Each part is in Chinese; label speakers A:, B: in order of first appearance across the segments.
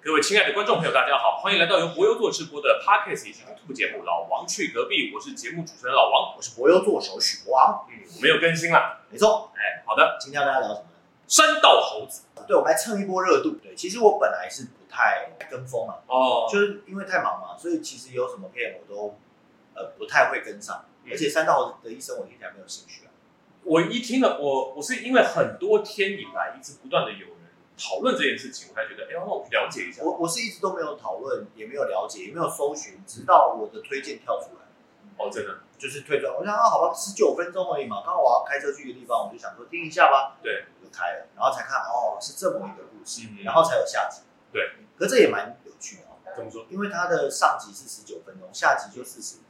A: 各位亲爱的观众朋友，大家好，欢迎来到由博优做直播的 Podcast 以及 YouTube 节目《老王去隔壁》，我是节目主持人老王。
B: 我是博优作手许博昂，
A: 嗯，我们又更新了。
B: 没错。
A: 哎，好的，
B: 今天要跟大家聊什么呢？
A: 山道猴子
B: 对，我们来蹭一波热度。对，其实我本来是不太跟风啊，
A: 哦
B: 就是因为太忙嘛，所以其实有什么片我都呃不太会跟上。
A: 嗯
B: 而且三道的一生我听起来没有兴趣啊。
A: 我一听了，我我是因为很多天以来一直不断的有人讨论这件事情，我才觉得，哎，那我了解一下。
B: 我我是一直都没有讨论，也没有了解，也没有搜寻，直到我的推荐跳出来，
A: 哦，真的，
B: 就是推荐。我想啊，好吧，十九分钟而已嘛，刚好我要开车去一个地方，我就想说听一下吧。
A: 对，
B: 我就开了，然后才看哦，是这么一个故事，
A: 嗯
B: 然后才有下集。
A: 对，
B: 可这也蛮有趣的哦。
A: 怎么说？
B: 因为它的上集是十九分钟，下集就四十分钟。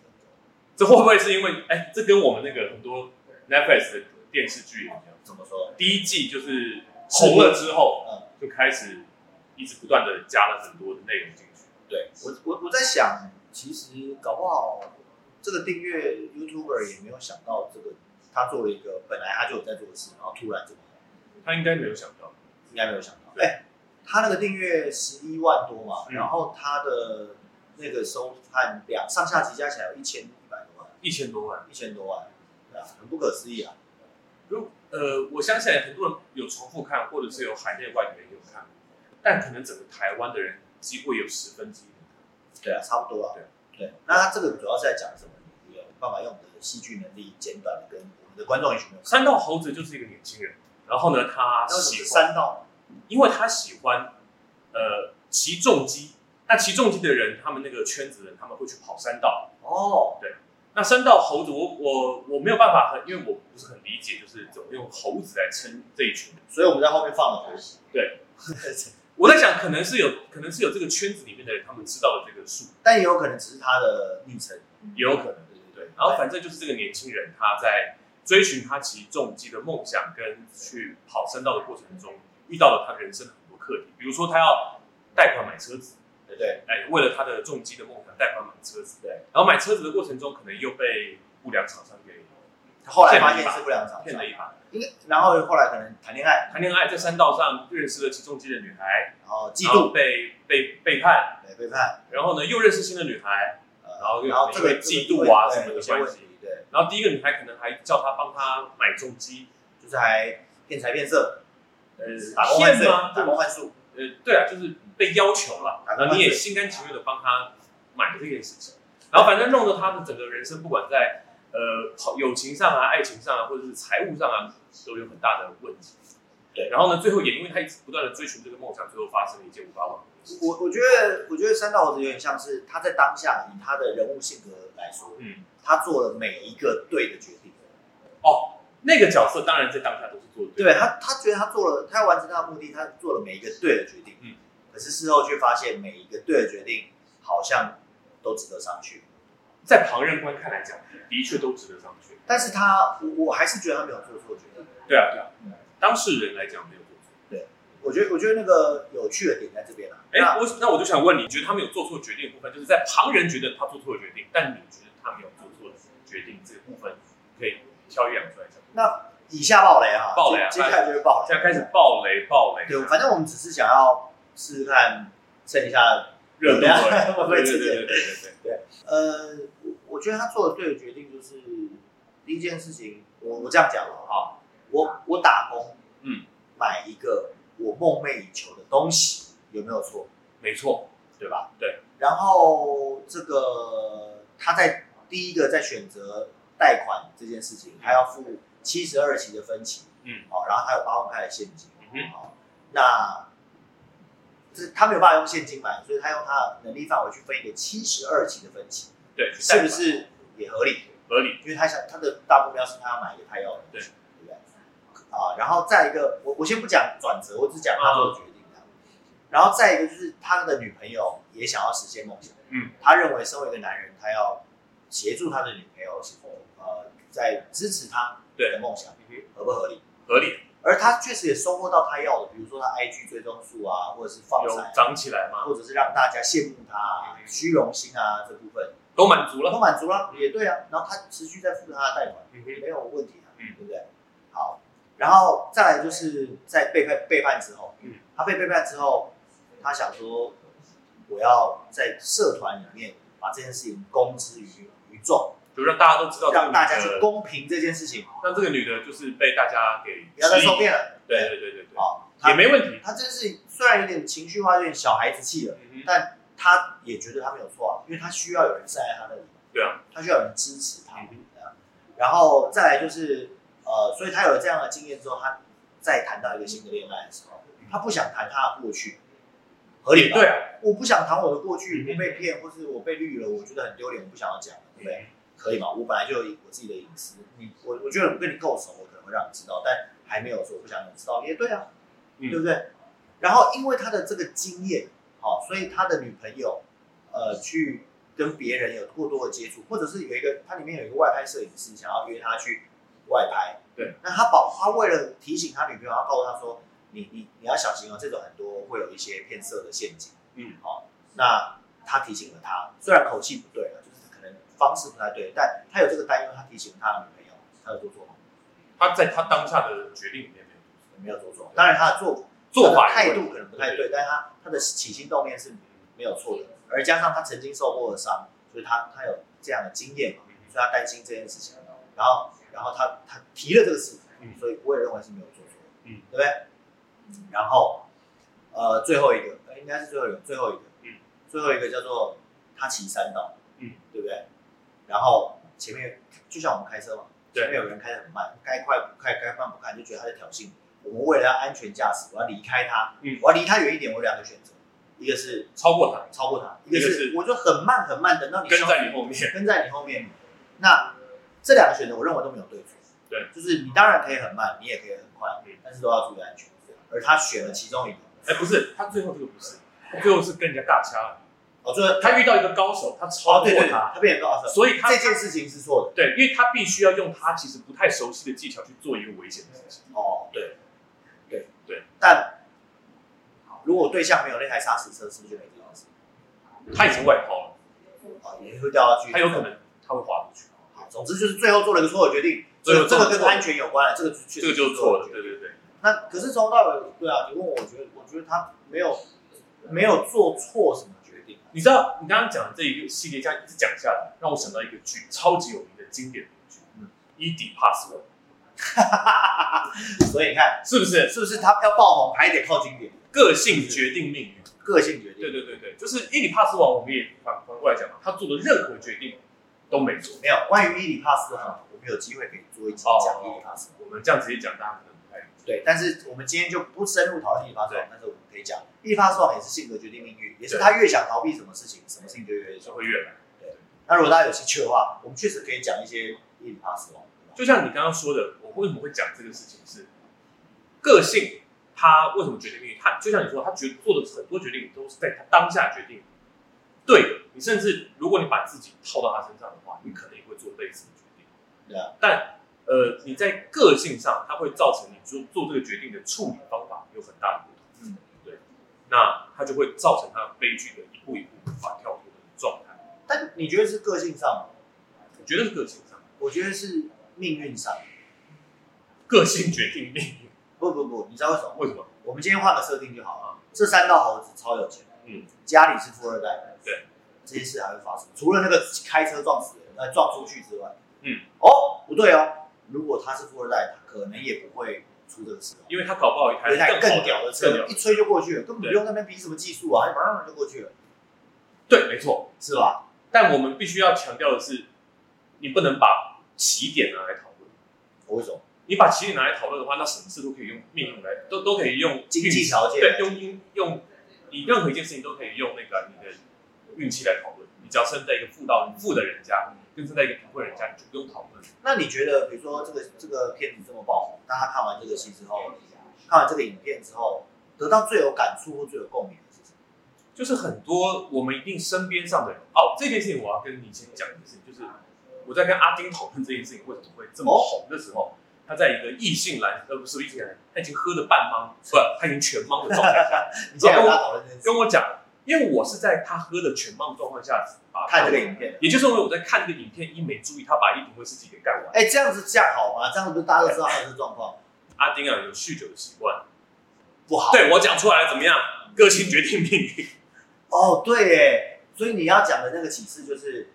A: 这会不会是因为，哎，这跟我们那个很多 Netflix 的电视剧一样？
B: 怎么说？
A: 第一季就是红了之后，
B: 嗯，
A: 就开始一直不断的加了很多的内容进去。
B: 对我我我在想，其实搞不好这个订阅 YouTuber 也没有想到这个，他做了一个本来他就有在做的事，然后突然这么红，
A: 他应该没有想到，
B: 应该没有想到。哎、他那个订阅十一万多嘛，
A: 嗯
B: 然后他的那个收看两上下集加起来有一千一百多万，
A: 一千多万。
B: 一千多万，对啊，很不可思议啊。
A: 如呃，我相信很多人有重复看，或者是有海内外的人有看，但可能整个台湾的人几乎有十分之一。
B: 对啊，差不多啊。
A: 对
B: 对，那他这个主要是在讲什么？你有办法用你的戏剧能力简短的跟我们的观众一起分享。
A: 三道猴子就是一个年轻人，然后呢，他
B: 那为什么
A: 喜
B: 是
A: 欢，
B: 三道
A: 因为他喜欢呃骑重机。那骑重机的人，他们那个圈子的人，他们会去跑山道。
B: 哦，
A: 那山道猴子，我我我没有办法很，因为我不是很理解，就是怎么用猴子来称这一群人。
B: 所以我们在后面放了猴子。
A: 对，我在想，可能是有，可能是有这个圈子里面的人，他们知道了这个术，
B: 但也有可能只是他的昵称。
A: 也嗯有可能。
B: 对对
A: 对，然后反正就是这个年轻人他在追寻他骑重机的梦想跟去跑山道的过程中，遇到了他人生的很多课题，比如说他要贷款买车子，
B: 对对
A: 哎，为了他的重机的梦想贷款买车子，
B: 对。
A: 然后买车子的过程中可能又被不良厂商给
B: 后来
A: 骗
B: 发
A: 了一
B: 现是
A: 把，
B: 不良厂
A: 骗
B: 商
A: 了，一把，
B: 应该然后后来可能谈恋爱，
A: 谈恋爱在山道上认识了骑重机的女孩，
B: 然后嫉
A: 然后
B: 妒，
A: 被被背叛，
B: 对背叛，
A: 然后呢又认识新的女孩，
B: 呃
A: 然后又
B: 然后这
A: 因
B: 个
A: 为嫉妒啊
B: 这
A: 什么的
B: 个对有些问
A: 关
B: 题，对，
A: 然后第一个女孩可能还叫他帮他买重机，
B: 就是还骗财骗色，
A: 呃，
B: 打工换
A: 骗
B: 税，
A: 吗？
B: 打工换宿，
A: 呃，对啊，就是被要求了，
B: 打工
A: 然后你也
B: 换
A: 心甘情愿的帮他买这件事情，然后反正弄得他的整个人生，不管在呃好友情上啊、爱情上啊，或者是财务上啊，都有很大的问题。
B: 对
A: 然后呢，最后也因为他一直不断的追寻这个梦想，最后发生了一件无法挽回的事情。
B: 我我觉得，我觉得三道猴子有点像是他在当下以他的人物性格来说，
A: 嗯，
B: 他做了每一个对的决定。
A: 那个角色当然在当下都是做得对的，
B: 对他，他觉得他做了，他要完成他的目的，他做了每一个对的决定。
A: 嗯，
B: 可是事后却发现每一个对的决定好像都值得商榷。
A: 在旁人观看来讲，的确都值得商榷。
B: 但是他，我我还是觉得他没有做错决定。
A: 对啊，对啊
B: 嗯，
A: 当事人来讲没有做错。
B: 我觉得，我觉得那个有趣的点在这边啊。
A: 哎、
B: 那
A: 我那我就想问你，你觉得他们有做错决定的部分，就是在旁人觉得他做错了决定，但你觉得他没有做错的决定这个部分，可以挑一两出来讲。
B: 以下爆雷哈，
A: 爆雷啊
B: 接接下来就是爆雷。
A: 现在开始爆雷，爆雷，
B: 对，反正我们只是想要试试看剩下的
A: 热度了，
B: 啊 我
A: 对
B: 会
A: 对
B: 直
A: 对对
B: 接
A: 对对
B: 呃，我我觉得他做的对的决定就是第一件事情，我我这样讲了哈，我我打工，
A: 嗯，
B: 买一个我梦寐以求的东西，有没有错？
A: 没错，
B: 对吧？
A: 对。
B: 然后这个他在第一个在选择贷款这件事情，他要付七十二期的分期，
A: 嗯，
B: 哦，然后还有八万块的现金，
A: 嗯哼
B: 哦，那这他没有办法用现金买，所以他用他的能力范围去分一个七十二期的分期。
A: 对，
B: 是不是也合理？
A: 合理？
B: 因为他想他的大目标是他要买一个他要的东西，对不对？啊，然后再一个，我我先不讲转折，我只讲
A: 啊
B: 他做的决定的。然后再一个就是他的女朋友也想要实现梦想，
A: 嗯，
B: 他认为身为一个男人，他要协助他的女朋友，呃，在支持他
A: 对
B: 的梦想，
A: 嗯哼
B: 合不合理？
A: 合理，
B: 而他确实也收获到他要的，比如说他 IG 追踪数啊，或者是放
A: 有
B: 闪啊，
A: 涨起来吗？
B: 或者是让大家羡慕他啊、
A: 嗯
B: 虚荣心啊这部分。
A: 都满足
B: 然
A: 了。
B: 后满足了，也对啊。然后他持续在付他的贷款，
A: 嗯
B: 也
A: 哼，
B: 没有问题啊，
A: 嗯
B: 对不对？好，然后再来就是在背叛背叛之后，
A: 嗯
B: 他被背叛之后，他想说，我要在社团里面把这件事情公之于于众，
A: 就让大家都知道这个
B: 让
A: 女
B: 大家去
A: 的，
B: 公平这件事情，
A: 让这个女的就是被大家给
B: 不要再
A: 质疑
B: 受骗了。
A: 对对对对对，
B: 哦，
A: 也
B: 他
A: 没问题。
B: 他真是虽然有点情绪化，有点小孩子气了，
A: 嗯哼
B: 但他也觉得他没有错啊，因为他需要有人站在他那里，
A: 对啊，
B: 他需要有人支持他
A: 嗯，
B: 这样然后再来就是呃，所以他有了这样的经验之后，他再谈到一个新的恋爱的时候，他不想谈他的过去，合理吧？
A: 对啊，
B: 我不想谈我的过去，
A: 嗯
B: 我被骗或是我被绿了，我觉得很丢脸，我不想要讲，对不对？
A: 嗯
B: 可以吗？我本来就有我自己的隐私，你我我觉得我跟你够熟，我可能会让你知道，但还没有说我不想让你知道，也对啊，
A: 嗯
B: 对不对？然后因为他的这个经验，好、所以他的女朋友，呃，去跟别人有过多的接触，或者是有一个他里面有一个外拍摄影师想要约他去外拍，
A: 对，
B: 那他保他为了提醒他女朋友，他告诉他说，你你你要小心哦，这种很多会有一些骗色的陷阱，
A: 嗯，
B: 好、那他提醒了他，虽然口气不对了，就是可能方式不太对，但他有这个担忧，他提醒了他的女朋友，他有做错吗？
A: 她在她当下的决定里面没有
B: 没有做错，当然他的做
A: 做法
B: 他的
A: 也
B: 态
A: 会
B: 度可能不太对，但他他的起心动念是没有错的，而加上他曾经受过的伤，所以他他有这样的经验嘛，所以他担心这件事情，然后然后他他提了这个事
A: 嗯
B: 情，所以我也认为是没有做错的，
A: 嗯，
B: 对不对？然后呃最后一个呃应该是最后一个最后一个，
A: 嗯，
B: 最后一个叫做他骑山道，
A: 嗯，
B: 对不对？然后前面就像我们开车嘛，
A: 对
B: 前面有人开得很慢，该快不快，该慢不快，你就觉得他在挑衅你。我们为了要安全驾驶，我要离开他，
A: 嗯
B: 我要离他远一点，我有两个选择，一个是
A: 超过她，
B: 超过他，一个
A: 一个
B: 是
A: 是
B: 我就很慢很慢，等到你
A: 跟
B: 消
A: 在你后面。
B: 跟在你后面。那这两个选择，我认为都没有对错。
A: 对，
B: 就是你当然可以很慢，你也可以很快
A: 嗯，
B: 但是都要注意安全。而他选了其中一个，
A: 哎，不是，她最后这个不是，她最后是跟人家尬掐了。
B: 哦，最后
A: 她遇到一个高手，她
B: 哦
A: 超过
B: 对哦对，对
A: 他，
B: 他变成高手，
A: 所以她
B: 这件事情是错的。
A: 对，因为她必须要用她其实不太熟悉的技巧去做一个危险的事情。
B: 哦，对，对
A: 对。
B: 但如果对象没有那台砂石车，是不是就没这件事？
A: 她已经外抛了，
B: 哦，也会掉下去。
A: 她嗯有可能她会滑出去。
B: 好，总之就是最后做了一个错的决定，
A: 最后
B: 这
A: 做了
B: 个跟
A: 错的
B: 安全有关了，这个确实
A: 这个就是是错
B: 的
A: 了，
B: 决定
A: 对对对，
B: 那可是从头到尾，对啊，你问我，我觉得我觉得他没有没有做错什么决定。
A: 你知道你刚刚讲的这一个系列，这样一直讲下来，让我想到一个剧，超级有名的经典的剧，
B: 嗯
A: 伊迪帕斯王》，
B: 所以你看，
A: 是不是？
B: 是不是他要爆红还得靠经典，
A: 个性决定命运。
B: 个性决定？
A: 对对对对，就是伊迪帕斯王，我们也反反过来讲嘛，他做的任何决定都没错。
B: 没有关于伊里帕斯哈，我们有机会可以做一集
A: 哦
B: 讲伊里帕斯。
A: 我们这样直接讲，大家可能不太
B: 对，但是我们今天就不深入讨论伊里帕斯
A: 对，
B: 但是我们可以讲，伊里帕斯也是性格决定命运，也是他越想逃避什么事情，什么事情就越
A: 就
B: 想。
A: 会越来。
B: 那如果大家有兴趣的话，我们确实可以讲一些伊里帕斯王。
A: 就像你刚刚说的，我为什么会讲这个事情是个性，他为什么决定命运？他就像你说，他决做的很多决定都是在他当下决定的对的。你甚至如果你把自己套到他身上的话，你可能也会做类似的决定。
B: 对啊，
A: 但呃，你在个性上，它会造成你做做这个决定的处理方法有很大的不同。
B: 嗯，
A: 对，那它就会造成他悲剧的一步一步无法跳脱的状态。
B: 但你觉得是个性上吗？
A: 我觉得是个性上，
B: 我觉得是命运上。
A: 个性决定命运。
B: 不不不，你知道为什么吗？
A: 为什么？
B: 我们今天换个设定就好了。这三道猴子超有钱，
A: 嗯，
B: 家里是富二代，
A: 对，
B: 这些事还会发生。除了那个开车撞死人，呃，撞出去之外，
A: 嗯，
B: 哦，不对哦，如果他是富二代，他可能也不会出这个事哦。
A: 因为他搞不好一
B: 有一台
A: 台
B: 更
A: 好
B: 屌的
A: 更
B: 车
A: 屌，
B: 一吹就过去了，根本不用那边比什么技术啊，马上就过去了，
A: 对，没错。
B: 是吧？
A: 但我们必须要强调的是，你不能把起点拿来讨论。
B: 我为什么？
A: 你把起点拿来讨论的话，那什么事都可以用命运来，都都可以用
B: 经济
A: 运气
B: 条件
A: 对，用因用你任何一件事情都可以用那个你的运气来讨论。你只要生在一个富到富的人家，跟生在一个贫困人家，你就不用讨论。
B: 那你觉得，比如说这个这个片子这么爆红，大家看完这个戏之后，
A: 嗯
B: 看完这个影片之后，得到最有感触或最有共鸣的是什么？
A: 就是很多我们一定身边上的人哦，这件事情我要跟你先讲一件事情，就是我在跟阿丁讨论这件事情为什么会这么红的时候，他在一个异性蓝呃不是异性蓝，他已经喝了半懵，不，他已经全懵的状态下
B: 你既然跟他讨论这件事，
A: 跟我讲，因为我是在他喝的全懵状况下把
B: 看这个影片。
A: 也就是因为我在看这个影片，一没注意他把一瓶威士忌给干完。
B: 哎、这样子这样好吗？这样子不是大家都知道他的状况
A: 阿丁啊有酗酒的习惯，
B: 不好？
A: 对我讲出来了怎么样？个性决定命运。
B: 哦，对耶，所以你要讲的那个启示就是，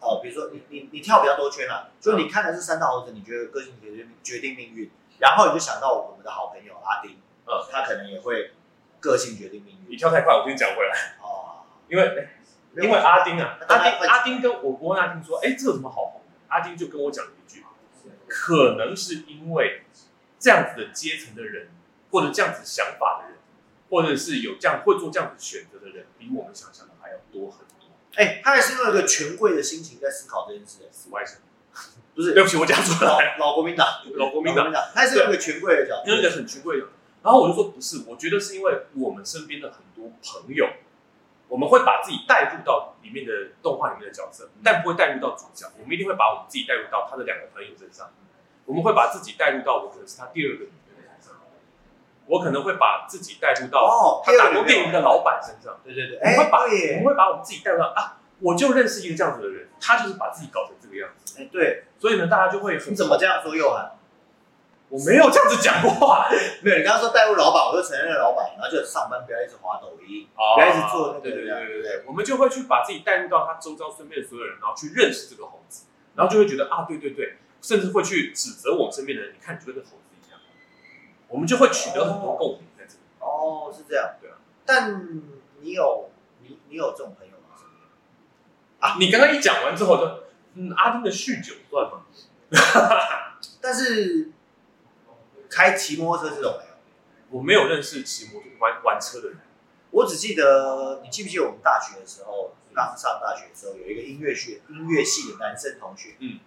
B: 呃，比如说你你你跳比较多圈啦、就你看的是三道猴子，你觉得个性决定决定命运，然后你就想到我们的好朋友阿丁，
A: 嗯，
B: 他可能也会个性决定命
A: 你
B: 运
A: 跳太快，我先讲回来，
B: 哦，
A: 因为因为阿丁啊，
B: 那
A: 阿
B: 大家
A: 丁
B: 会
A: 阿丁跟我我问阿丁说，哎、这有什么好红的？阿丁就跟我讲了一句，可能是因为这样子的阶层的人，或者这样子想法的人，或者是有这样会做这样子选择的人，比我们想象的还要多很多。
B: 哎、他也是用一个权贵的心情在思考这件事，
A: 此外是，
B: 不是
A: 对不起，我讲错了，
B: 老老国民党，
A: 老国
B: 国
A: 民党。
B: 他也是用一个权贵的角
A: 那
B: 度，
A: 个很权贵的。然后我就说不是，我觉得是因为我们身边的很多朋友，我们会把自己带入到里面的动画里面的角
B: 嗯
A: 色，但不会带入到主角。我们一定会把我们自己带入到他的两个朋友身上，我们会把自己带入到我可能是他第二个女朋友身上，我可能会把自己带入到
B: 哦，
A: 他打过电影的老板身上。
B: 对对对，
A: 我们
B: 哎、
A: 会把我
B: 对
A: 们
B: 耶，
A: 会把我们自己带入到啊，我就认识一个这样子的人，他就是把自己搞成这个样子，
B: 哎、对，
A: 所以呢，大家就会很
B: 你怎么这样说佑涵？
A: 我没有这样子讲过话，
B: 没有，你刚刚说带入老板，我就承认了老板，然后就上班不要一直滑抖音，
A: 不
B: 不要一直做那个
A: 哦对对对对
B: 对
A: 对，我们就会去把自己带入到他周遭身边的所有人，然后去认识这个猴子，然后就会觉得啊，对对对，甚至会去指责我们身边的人，你看你就跟那个猴子一样，我们就会取得很多共鸣在这里。
B: 哦，是这样，
A: 对啊。
B: 但你有你你有这种朋友吗？
A: 啊，你刚刚一讲完之后就，嗯，阿丁的酗酒算吗？
B: 但是开骑摩托车这种没有，
A: 我没有认识骑摩托玩玩车的人，
B: 我只记得你记不记得我们大学的时候，刚上大学的时候有一个音乐系音乐系的男生同学，
A: 嗯，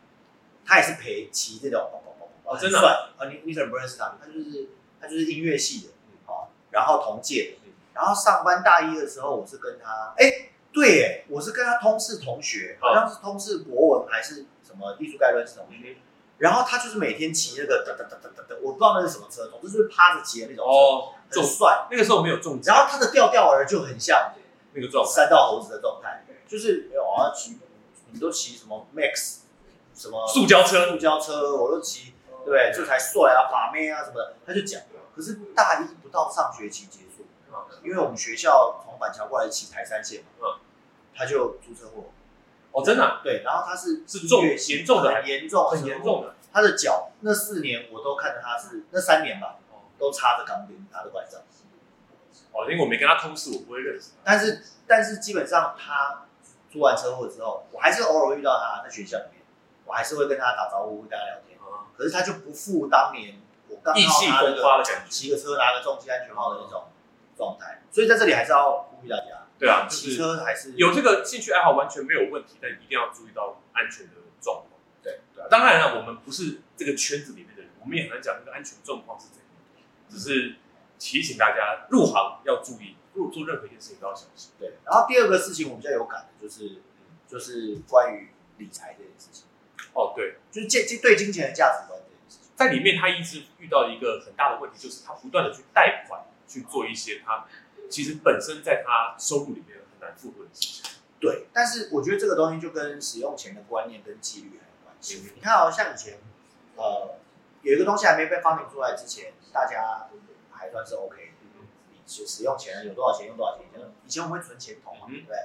B: 他也是陪骑这种，哦
A: 哦真的啊
B: 啊，哦你你可能不认识他，他就是他就是音乐系的，哦，然后同届的
A: 嗯，
B: 然后上班大一的时候，我是跟他，哎，对耶，我是跟他通识同学，
A: 哦
B: 好像是通识博文还是什么艺术概论是同学，
A: 嗯
B: 然后他就是每天骑那个哒哒哒哒哒哒，我不知道那是什么车，总之就是趴着骑的那种车，
A: 哦，
B: 很
A: 重
B: 帅，
A: 那个时候没有中
B: 然
A: 奖
B: 后他的调调儿就很像。
A: 那个状态，
B: 三道猴子的状态，就是没有我要骑，你都骑什么 Max，什么
A: 塑胶车
B: 塑胶车，我都骑，对不对？这才帅啊，把妹啊什么的，他就讲。可是大一不到上学期结束，因为我们学校从板桥过来骑台山线嘛，
A: 嗯
B: 他就出车祸，
A: 哦，真的啊
B: 对，然后他是
A: 是重
B: 音乐系
A: 严重的还
B: 很严重，
A: 很严，重的，
B: 他的脚那四年我都看着他是那三年吧，
A: 哦，
B: 都插着钢钉，拿着拐杖。
A: 哦因为我没跟他通事，我不会认识他。
B: 但是但是基本上他出完车祸之后，我还是偶尔遇到他在学校里面，我还是会跟他打招呼，跟他聊天。
A: 啊
B: 可是他就不复当年我刚
A: 意气
B: 到他那
A: 风发的
B: 个
A: 感觉，
B: 骑个车拿个重机安全帽的那种状态，所以在这里还是要呼吁大家，
A: 对啊，就
B: 骑
A: 是
B: 车还是
A: 有这个兴趣爱好完全没有问题，但一定要注意到安全的状况。
B: 对
A: 对啊，当然了，我们不是这个圈子里面的人，我们也很难讲那个安全状况是怎样的，只是提醒大家入行要注意，入做任何一件事情都要小心。
B: 对。然后第二个事情我比较有感的就是就是关于理财这件事情，
A: 哦，对，
B: 就是金金对金钱的价值观这件事情。
A: 在里面他一直遇到一个很大的问题，就是他不断的去贷款去做一些他其实本身在他收入里面很难负荷的事情。
B: 对，但是我觉得这个东西就跟使用前的观念跟纪律很有关系。
A: 嗯
B: 你看哦，像以前，呃，有一个东西还没被发明出来之前，大家还算是 OK 的。
A: 嗯
B: 你使使用前有多少钱用多少钱，以前以前我们会存钱筒嘛，
A: 嗯
B: 对不对？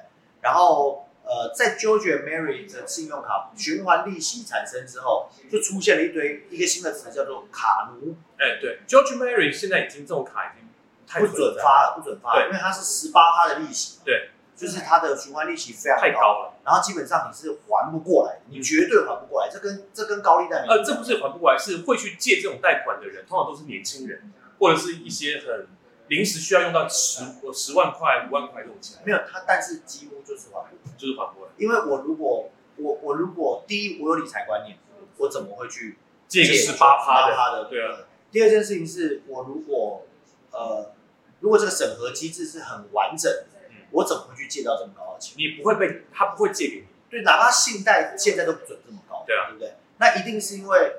B: 然后呃，在 George Mary 的信用卡循环利息产生之后，就出现了一堆一个新的词叫做卡奴，
A: 哎，对，George Mary 现在已经这种卡已经不太
B: 不准发了，不准发了，
A: 对
B: 因为它是十八趴的利息嘛，
A: 对，
B: 就是它的循环利息非常
A: 太高了。
B: 然后基本上你是还不过来的，你绝对还不过来，这跟这跟高利贷没
A: 嗯呃，这不是还不过来，是会去借这种贷款的人，通常都是年轻人，或者是一些很临时需要用到十呃十万块、五万块这种钱，
B: 没有他，但是几乎就是还不过来。
A: 就是还不过来，
B: 因为我如果我我如果第一我有理财观念，我怎么会去
A: 嗯借个十八趴的，
B: 趴的？
A: 对啊。
B: 第二件事情是我如果呃，如果这个审核机制是很完整的，
A: 嗯
B: 我怎么会去借到这么高的钱？
A: 你不会被他不会借给你，
B: 对，哪怕信贷现在都不准这么高，
A: 对啊
B: 对不对？那一定是因为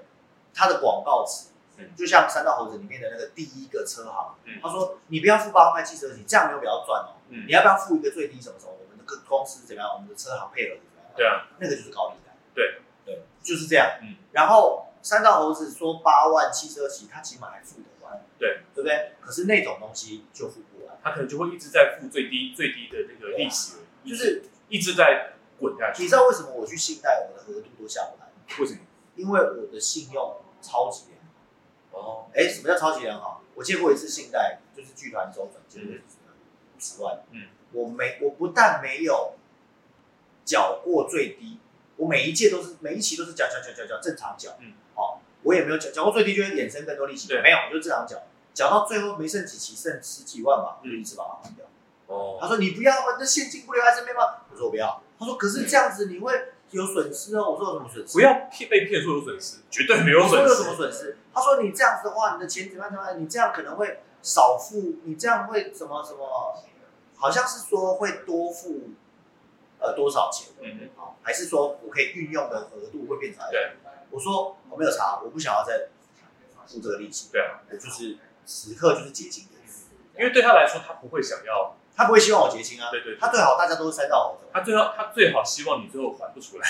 B: 它的广告词
A: 嗯，
B: 就像《三道猴子》里面的那个第一个车行，
A: 嗯
B: 他说你不要付八万块汽车钱，这样没有比较赚哦，
A: 嗯
B: 你要不要付一个最低什么什么？我们的公公司怎么样？我们的车行配合怎么样？
A: 对啊，
B: 那个就是高利贷，
A: 对
B: 对，就是这样。
A: 嗯，
B: 然后三道猴子说八万汽车钱，他起码还付得完，
A: 对
B: 对不对？可是那种东西就付不完，
A: 他可能就会一直在付最低最低的那个利息，
B: 就是
A: 一直在滚下去。
B: 你知道为什么我去信贷我的额度都下不来？
A: 为什么？
B: 因为我的信用超级良好。
A: 哦，
B: 哎，什么叫超级良好？我借过一次信贷，就是剧团周转，就是五十万。
A: 嗯，
B: 我没，我不但没有缴过最低，我每一届都是每一期都是缴缴缴缴缴正常缴。
A: 嗯，
B: 哦，我也没有缴缴过最低，就会衍生更多利息。
A: 对
B: 没有，我就正常缴，缴到最后没剩几期，剩十几万吧，
A: 嗯
B: 就一次把它还掉。他
A: 哦，
B: 说你不要，啊那现金不留在身边吗？我说我不要。他说可是这样子你会有损失哦。我说有什么损失？
A: 不要骗被骗说有损失，绝对没有
B: 我
A: 损
B: 说有什么
A: 失。
B: 损失？他说你这样子的话，你的钱怎么样怎么样？你这样可能会少付，你这样会什么什么？好像是说会多付呃多少钱？
A: 嗯哼，
B: 好，还是说我可以运用的额度会变成？
A: 对，
B: 我说我没有查，我不想要再付这个利息。
A: 对啊，
B: 我就是时刻就是结清的意思。
A: 因为对他来说，他不会想要，
B: 他不会希望我结清啊，
A: 对对对
B: 他最好大家都是三道猴子嘛，
A: 他最好他最好希望你最后还不出来。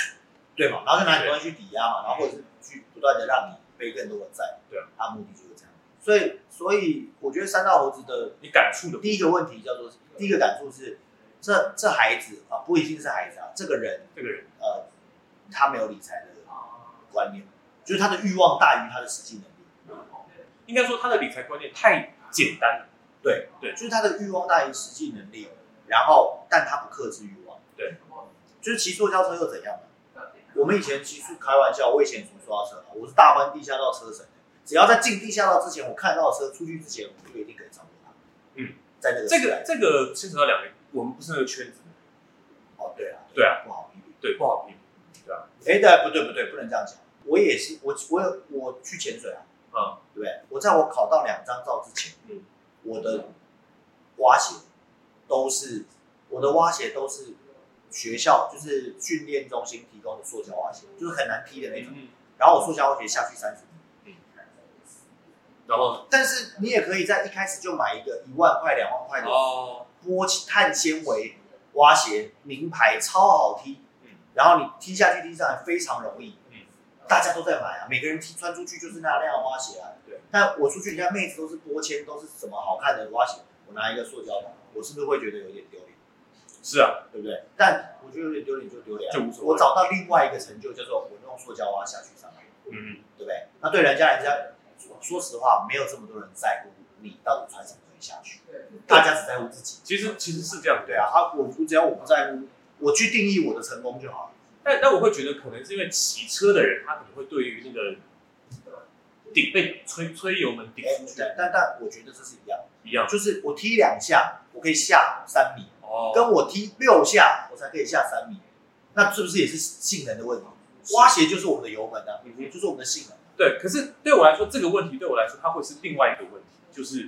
B: 对嘛？然后就拿你东西去抵押嘛，然后或者是去不断的让你背更多的债，
A: 对啊，
B: 他目的就是这样。所以，所以我觉得三道猴子的
A: 你感触的，
B: 第一个问题叫做，第一个感触是，这这孩子啊，不一定是孩子啊，这个人
A: 这个人
B: 呃，他没有理财的
A: 啊
B: 观念，就是他的欲望大于他的实际能力，
A: 应该说他的理财观念太简单了。
B: 对
A: 对
B: 就是他的欲望大于实际能力，然后但他不克制欲望，
A: 对，
B: 就是骑塑胶车又怎样呢？我们以前骑塑开玩笑，我以前骑塑胶车啊，我是大关地下道车神，只要在进地下道之前，我看到车出去之前，我就一定可以超过他。
A: 嗯，
B: 在那个
A: 这
B: 时
A: 个
B: 代
A: 这个牵扯到两个，我们不是那个圈子的，
B: 哦，对啊，
A: 对啊，
B: 不好比喻。
A: 对，不好评。对啊，
B: 哎，对，不对不对，不能这样讲。我也是，我我有我去潜水啊，
A: 嗯，
B: 对不对？我在我考到两张照之前，
A: 嗯，
B: 我的蛙鞋都是我的蛙鞋都是学校就是训练中心提供的塑胶蛙鞋，就是很难踢的那种。
A: 嗯，
B: 然后我塑胶蛙鞋下去三十米，
A: 然后
B: 但是你也可以在一开始就买一个一万块、两万块的
A: 哦，
B: 玻碳纤维蛙鞋，名牌超好踢，
A: 嗯
B: 然后你踢下去、踢上来非常容易，
A: 嗯
B: 大家都在买啊，每个人踢穿出去就是那那样的蛙鞋啊。
A: 对。
B: 但我出去，人家妹子都是玻纤，都是什么好看的蛙鞋，我拿一个塑胶的，我是不是会觉得有点丢脸，
A: 是啊，
B: 对不对？但我觉得有点丢脸就丢脸、啊，
A: 就无所谓
B: 我找到另外一个成就，叫做我用塑胶蛙下去上来，
A: 嗯，
B: 对不对？那对人家，人家说说实话，没有这么多人在乎你到底穿什么东西下去，大家只在乎自己。
A: 其实其实是这样，
B: 对啊，啊，我只要我不在乎，我去定义我的成功就好了。
A: 但但我会觉得，可能是因为骑车的人，他可能会对于那个顶被吹吹油门顶
B: 哎
A: 出去
B: 但但但我觉得这是一样的，
A: 一样。
B: 就是我踢两下，我可以下三米，
A: 哦，
B: 跟我踢六下，我才可以下三米，那是不是也是性能的问题？挖鞋就是我们的油门啊，
A: 嗯哼
B: 就是我们的性能啊、
A: 对。可是对我来说，这个问题对我来说，它会是另外一个问题，
B: 嗯
A: 就是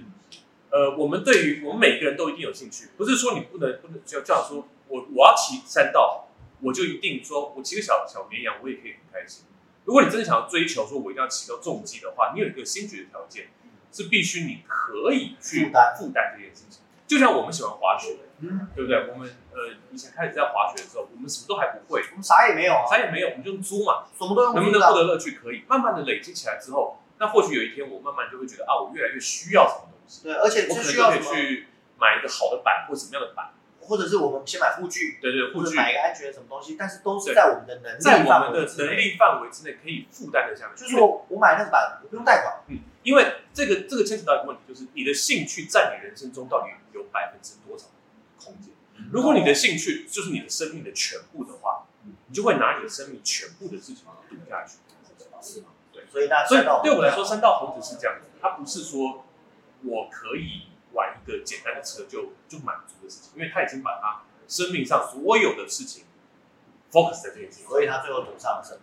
A: 呃，我们对于我们每个人都一定有兴趣，不是说你不能不能就这样说，我我要骑山道，我就一定说我骑个小小绵羊，我也可以很开心。如果你真的想要追求说我一定要骑到重机的话，你有一个先决的条件，是必须你可以去
B: 负担
A: 负担这件事情。就像我们喜欢滑雪，
B: 嗯，
A: 对不对？我们呃以前开始在滑雪的时候，我们什么都还不会，
B: 我们啥也没有啊，
A: 啥也没有，我们就租嘛，
B: 什么都用
A: 能不
B: 不
A: 能获
B: 到。
A: 得乐趣可以，慢慢的累积起来之后，那或许有一天我慢慢就会觉得啊，我越来越需要什么东西，
B: 对，而且
A: 我
B: 这
A: 可
B: 需
A: 能
B: 要
A: 就
B: 什
A: 可以
B: 么？
A: 去买一个好的板或什么样的板，
B: 或者是我们先买护具，
A: 对对，
B: 或
A: 或
B: 者
A: 许
B: 买一个安全的什么东西，但是都是
A: 对
B: 在我们的能
A: 在
B: 力
A: 我
B: 范
A: 们
B: 围
A: 的
B: 之
A: 能
B: 内。
A: 力范围之内可以负担的下去。
B: 就是我我买那个板，我不用贷款，
A: 嗯，因为这个这个牵扯到一个问题，就是你的兴趣占你人生中到底有百分之多少的空间？如果你的兴趣就是你的生命的全部的话，你就会拿你的生命全部的事情赌下去。
B: 嗯是吗？
A: 对
B: 所以那
A: 所以
B: 三道
A: 对我来说，
B: 是
A: 三道猴子是这样子，它不是说我可以玩一个简单的车就就满足的事情，因为他已经把他生命上所有的事情 focus 在这件事情上。
B: 所以他最后赌上了什么？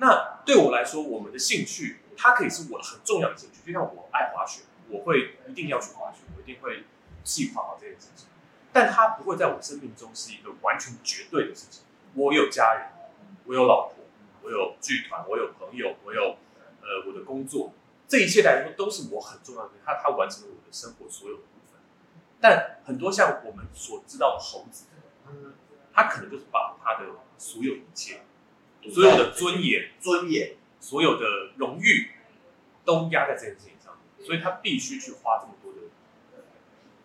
A: 那对我来说，我们的兴趣，它可以是我很重要的兴趣。就像我爱滑雪，我会一定要去滑雪，我一定会计划好这件事情。但它不会在我生命中是一个完全绝对的事情。我有家人，我有老婆，我有剧团，我有朋友，我有呃我的工作，这一切来说都是我很重要的。它它完成了我的生活所有的部分。但很多像我们所知道的猴子，
B: 嗯，
A: 他可能就是把他的所有一切，
B: 赌
A: 所有
B: 在
A: 的尊严。
B: 尊严，
A: 所有的荣誉都压在这件事情上，所以他必须去花这么多的，呃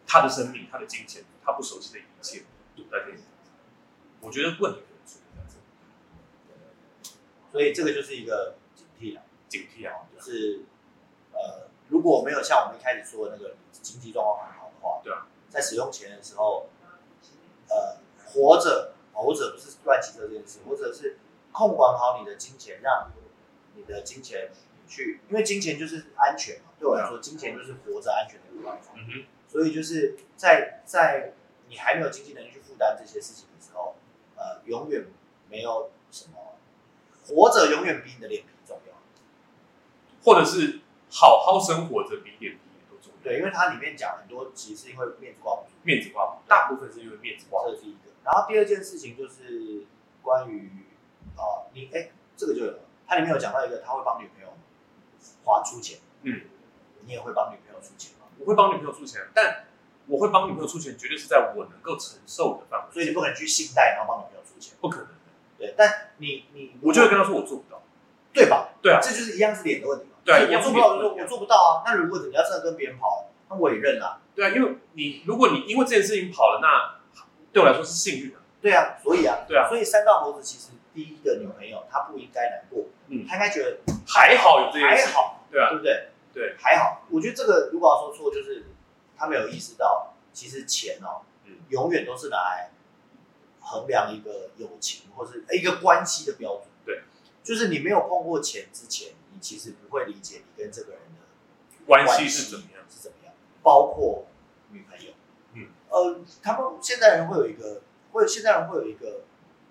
A: 他的生命、他的金钱、他不熟悉的一切赌在天平上。我觉得问题可能出在这里，
B: 所以这个就是一个警惕了，
A: 警惕啊，
B: 就
A: 对啊
B: 是呃，如果没有像我们一开始说的那个经济状况很好的话，
A: 对啊，
B: 在使用钱的时候，呃，活着哦活着不是乱骑车这件事，或者是控管好你的金钱，让你的金钱去，因为金钱就是安全嘛，对我来说，
A: 啊
B: 金钱就是活着安全的一个办法。
A: 嗯哼，
B: 所以就是在在你还没有经济能力去负担这些事情的时候，呃，永远没有什么活着永远比你的脸皮重要。
A: 或者是好好生活着比脸皮也都重要。
B: 对，因为它里面讲很多其实是因为面子挂不住，
A: 面子挂不住，大部分是因为面子挂不住。
B: 这是一个。然后第二件事情就是关于啊、呃你哎、这个就有了，它里面有讲到一个，他会帮女朋友花出钱，
A: 嗯，
B: 你也会帮女朋友出钱嘛，
A: 我会帮女朋友出钱，但我会帮女朋友出钱，绝对是在我能够承受的范围，
B: 所以你不可能去信贷然后帮女朋友出钱，
A: 不可能的。
B: 对，但你你
A: 我就会跟他说我做不到。
B: 对吧？
A: 对啊，
B: 这就是一样是脸的问题嘛。
A: 对啊
B: 就是
A: 一样是
B: 我做不
A: 脸的
B: 到，我就
A: 问题啊
B: 我做不到啊。那如果你要真的跟别人跑，那我也认啦、
A: 对啊，因为你如果你因为这件事情跑了，那对我来说是幸运的。
B: 对啊，所以啊，
A: 对啊
B: 所以三道猴子其实第一个女朋友她不应该难过，
A: 嗯
B: 她应该觉得
A: 还好有这件
B: 还
A: 事，
B: 好，
A: 对啊
B: 对不对？
A: 对，
B: 还好。我觉得这个如果要说错，就是他没有意识到，其实钱哦，
A: 嗯
B: 永远都是拿来衡量一个友情或是哎一个关系的标准。
A: 对，
B: 就是你没有碰过钱之前，你其实不会理解你跟这个人的
A: 关系是怎么样？
B: 是怎么样，包括女朋友，
A: 嗯，
B: 呃，他们现在人会有一个，会现在人会有一个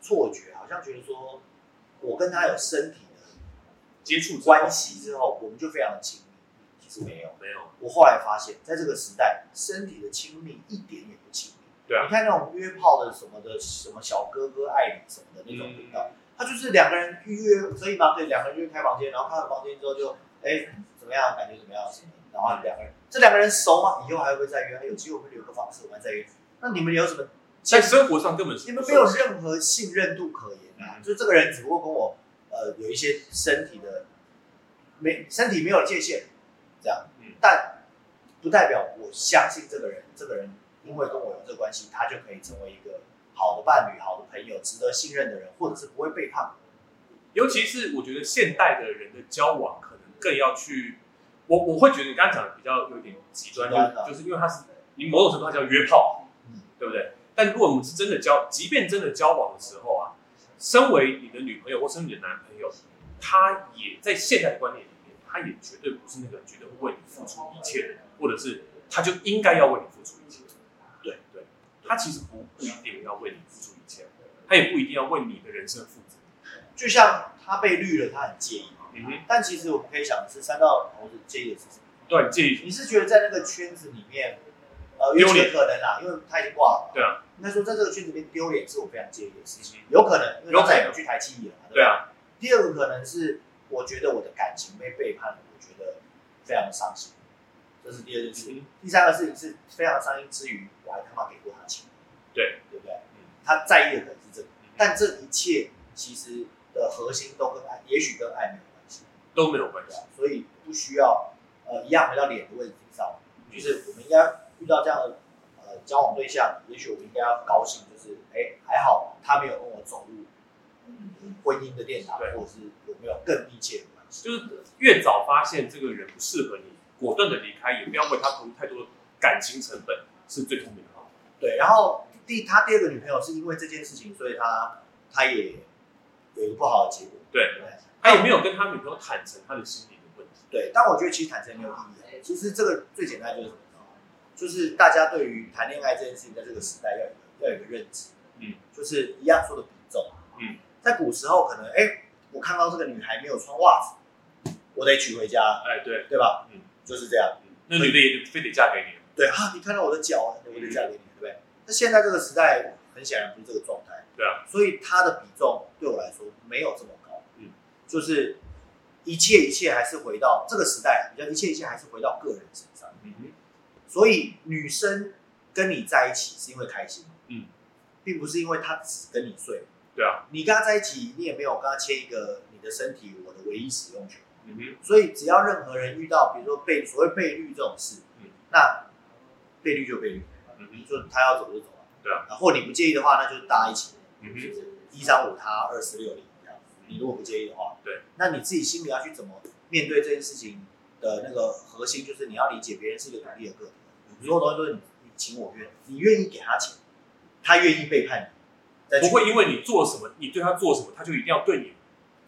B: 错觉，好像觉得说我跟他有身体的
A: 接触之后
B: 关系之后，我们就非常的亲密，其实没有。
A: 没有？
B: 我后来发现，在这个时代，身体的亲密一点也不亲密。
A: 对啊
B: 你看那种约炮的什么的，什么小哥哥爱你什么的那种频
A: 嗯
B: 道，他就是两个人预约可以吗？对，两个人约开房间，然后开完房间之后就，哎，怎么样？感觉怎么样？什么的？然后两个人，这两个人熟吗？以后还会不会再约？哎有机会我们留个方式，我们再约。那你们有什么？
A: 在生活上根本是
B: 你们没有任何信任度可言啊！
A: 嗯
B: 就这个人只不过跟我呃有一些身体的没身体没有界限，这样，
A: 嗯
B: 但不代表我相信这个人，这个人因为跟我有这个关系，他就可以成为一个好的伴侣、好的朋友、值得信任的人，或者是不会背叛我。
A: 尤其是我觉得现代的人的交往，可能更要去，我我会觉得你刚刚讲的比较有点极端，
B: 极端
A: 就
B: 啊
A: 就是因为他是你某种程度上叫约炮，
B: 嗯
A: 对不对？但如果我们是真的交，即便真的交往的时候啊，身为你的女朋友或身为你的男朋友，他也在现代的观念里面，他也绝对不是那个绝对会为你付出一切的人，或者是他就应该要为你付出一切。
B: 对
A: 对，他其实不不一定要为你付出一切，他也不一定要为你的人生负责。
B: 就像他被绿了，他很介意，
A: 嗯哼，
B: 但其实我们可以想的是，三道猴子介意的是什么？
A: 对，介意
B: 你是觉得在那个圈子里面，呃，有
A: 丢脸
B: 几个可能啦，因为他已经挂了嘛。
A: 对啊。
B: 应该说，在这个圈子里面丢脸是我非常介意的事情
A: 嗯，
B: 有可能，因为
A: 有可能
B: 他再也不去台积了嘛。
A: 对
B: 吧。
A: 啊，
B: 第二个可能是，我觉得我的感情被背叛了，我觉得非常的伤心，这是第二件事情。
A: 嗯
B: 第三个事情是非常伤心之余，我还他妈给过他钱，
A: 对
B: 对不对？
A: 嗯
B: 他在意的可能是这个，
A: 但
B: 但这一切其实的核心都跟爱，也许跟爱没有关系，
A: 都没有关
B: 对
A: 系
B: 吧。？所以不需要，呃，一样回到脸的问题上。就
A: 就是
B: 是我们应该遇到这样的呃交往对象，也许我们应该要高兴，就是哎、还好他没有跟我走入婚姻的殿堂，
A: 对
B: 或者是有没有更密切的关系？
A: 就是越早发现这个人不适合你，果断的离开，也不要为他投入太多感情成本，是最聪明的方法。
B: 对，然后第他第二个女朋友是因为这件事情，所以他他也有一个不好的结果。
A: 对，
B: 对
A: 他也没有跟他女朋友坦诚他的心理的问题。
B: 对，但我觉得其实坦诚没有意义啊。其实这个最简单就是什么呢？就是大家对于谈恋爱这件事情，在这个时代要有一个要有一个认知，
A: 嗯，
B: 就是一样说的比重，啊
A: 嗯，
B: 在古时候可能，哎、我看到这个女孩没有穿袜子，我得娶回家，啊
A: 哎，对，
B: 对吧？
A: 嗯，
B: 就是这样，
A: 嗯那女的也非得嫁给你。
B: 对啊，你看到我的脚，我得嫁给你，对不对？那现在这个时代很显然不是这个状态，
A: 对啊，
B: 所以它的比重对我来说没有这么高，
A: 嗯，
B: 就是一切一切还是回到这个时代，比较一切一切还是回到个人身上。
A: 嗯哼，
B: 所以女生跟你在一起是因为开心，
A: 嗯，
B: 并不是因为她只跟你睡。
A: 对啊，
B: 你跟她在一起，你也没有跟她签一个你的身体我的唯一使用权。
A: 嗯哼，
B: 所以只要任何人遇到，比如说被所谓被绿这种事，
A: 嗯
B: 那被绿就被绿，
A: 嗯哼，
B: 就他要走就走啊。
A: 对啊，
B: 然后你不介意的话，那就大家一起，
A: 嗯
B: 就
A: 哼，
B: 是一三五他二四六零这样。你如果不介意的话，
A: 对，
B: 那你自己心里要去怎么面对这件事情的那个核心，就是你要理解别人是一个独立的个体，所有东西都是你你情我愿，你愿意给他钱，他愿意背叛你，再去
A: 不会因为你做什么，你对他做什么，他就一定要对你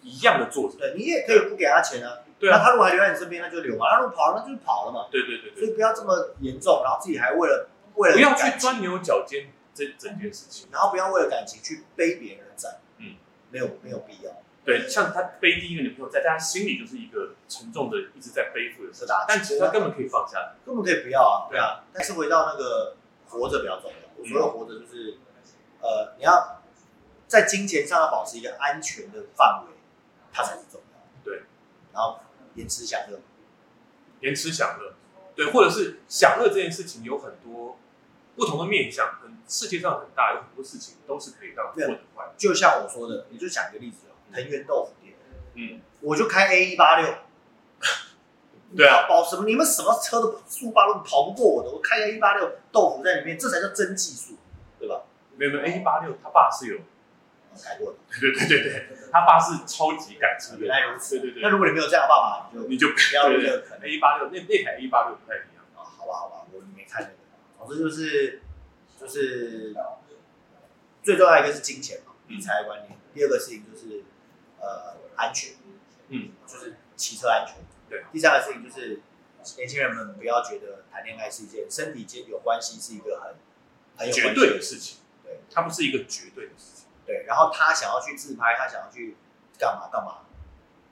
A: 一样的做什么。
B: 对你也可以不给他钱啊。
A: 对
B: 那
A: 啊，
B: 他如果还留在你身边，那就留嘛；他如果跑了，那就是跑了嘛。
A: 对对对
B: 所
A: 对，
B: 以不要这么严重，然后自己还为了为了
A: 不要
B: 感
A: 去
B: 情
A: 钻牛角尖这整件事情。
B: 然后不要为了感情去背别人的债，
A: 嗯，
B: 没有没有必要，
A: 对，像他背第一个女朋友，在大家心里就是一个沉重的一直在背负的事
B: 是
A: 情，
B: 吧？
A: 但其实他根本可以放下。
B: 根本可以不要啊，
A: 对啊。嗯
B: 但是回到那个活着比较重要，我说的活着就是，呃，你要在金钱上要保持一个安全的范围，它才是重要。
A: 对，
B: 然后延迟享乐，
A: 延迟享乐，对，或者是享乐这件事情有很多不同的面向，很世界上很大有很多事情都是可以让你过得快。
B: 就像我说的，你就讲一个例子哦，
A: 嗯
B: 藤原豆腐店，
A: 嗯，
B: 我就开 A 一八六。
A: 对啊，
B: 保什么？你们什么车都速八路跑不过我的，我开个一八六豆腐在里面，这才叫真技术，对吧？
A: 没有没有，A 八六他爸是有，
B: 我开过的。
A: 对对对对，他爸是超级感激
B: 原
A: 的，
B: 来如此。
A: 对对对，
B: 那如果你没有这样的爸爸，你就
A: 你就不
B: 不要有这个可能
A: A 八六那那台 A 八六不太一样，
B: 啊。好吧，好吧，我没看那个。总之就是就是最重要一个是金钱嘛，
A: 嗯
B: 理财的观念。第二个事情就是呃安全，
A: 嗯，
B: 就是骑车安全。
A: 对。
B: 第三个事情就是年轻人们不要觉得谈恋爱是一件身体间有关系是一个很很有
A: 绝
B: 关系
A: 对的事情，
B: 对，
A: 它不是一个绝对的事情，
B: 对，然后他想要去自拍，他想要去干嘛干嘛，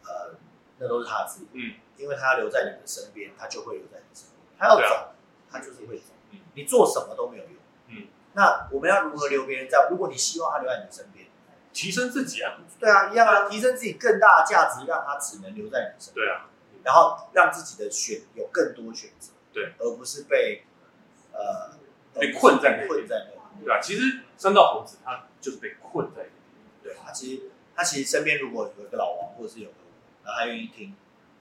B: 呃，那都是他自己。
A: 嗯，
B: 因为他留在你的身边，他就会留在你身边。他要
A: 对啊
B: 走，他就是会走。
A: 嗯
B: 你做什么都没有用。
A: 嗯，
B: 那我们要如何留别人在？如果你希望他留在你的身边，
A: 提升自己啊，
B: 对啊，一样啊，提升自己更大的价值，让他只能留在你的身边，
A: 对啊，
B: 然后让自己的选有更多选择，
A: 对，
B: 而不是被呃
A: 被困在那
B: 被
A: 里
B: 困在那里。
A: 对吧、其实三道猴子他就是被困在里面，
B: 对他其实他其实身边如果有一个老王或者是有个我，然后他愿意听，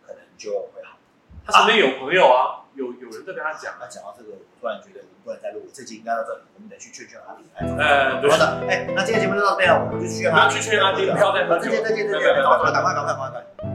B: 可能就会好。
A: 他身边有朋友啊，有有人在跟他讲啊，
B: 那讲到这个，我突然觉得我们不能再录，这集应该到这里，我们得去劝劝阿迪。哎
A: 呃，对
B: 好，的，哎，那今天节目就到这边了，我们就去劝
A: 不
B: 阿
A: 要
B: 迪。
A: 去劝阿丁，不要再喝
B: 再
A: 酒
B: 见，
A: 了，
B: 再见，再见，
A: 拜拜
B: 赶快，赶快，赶快，赶快，赶快。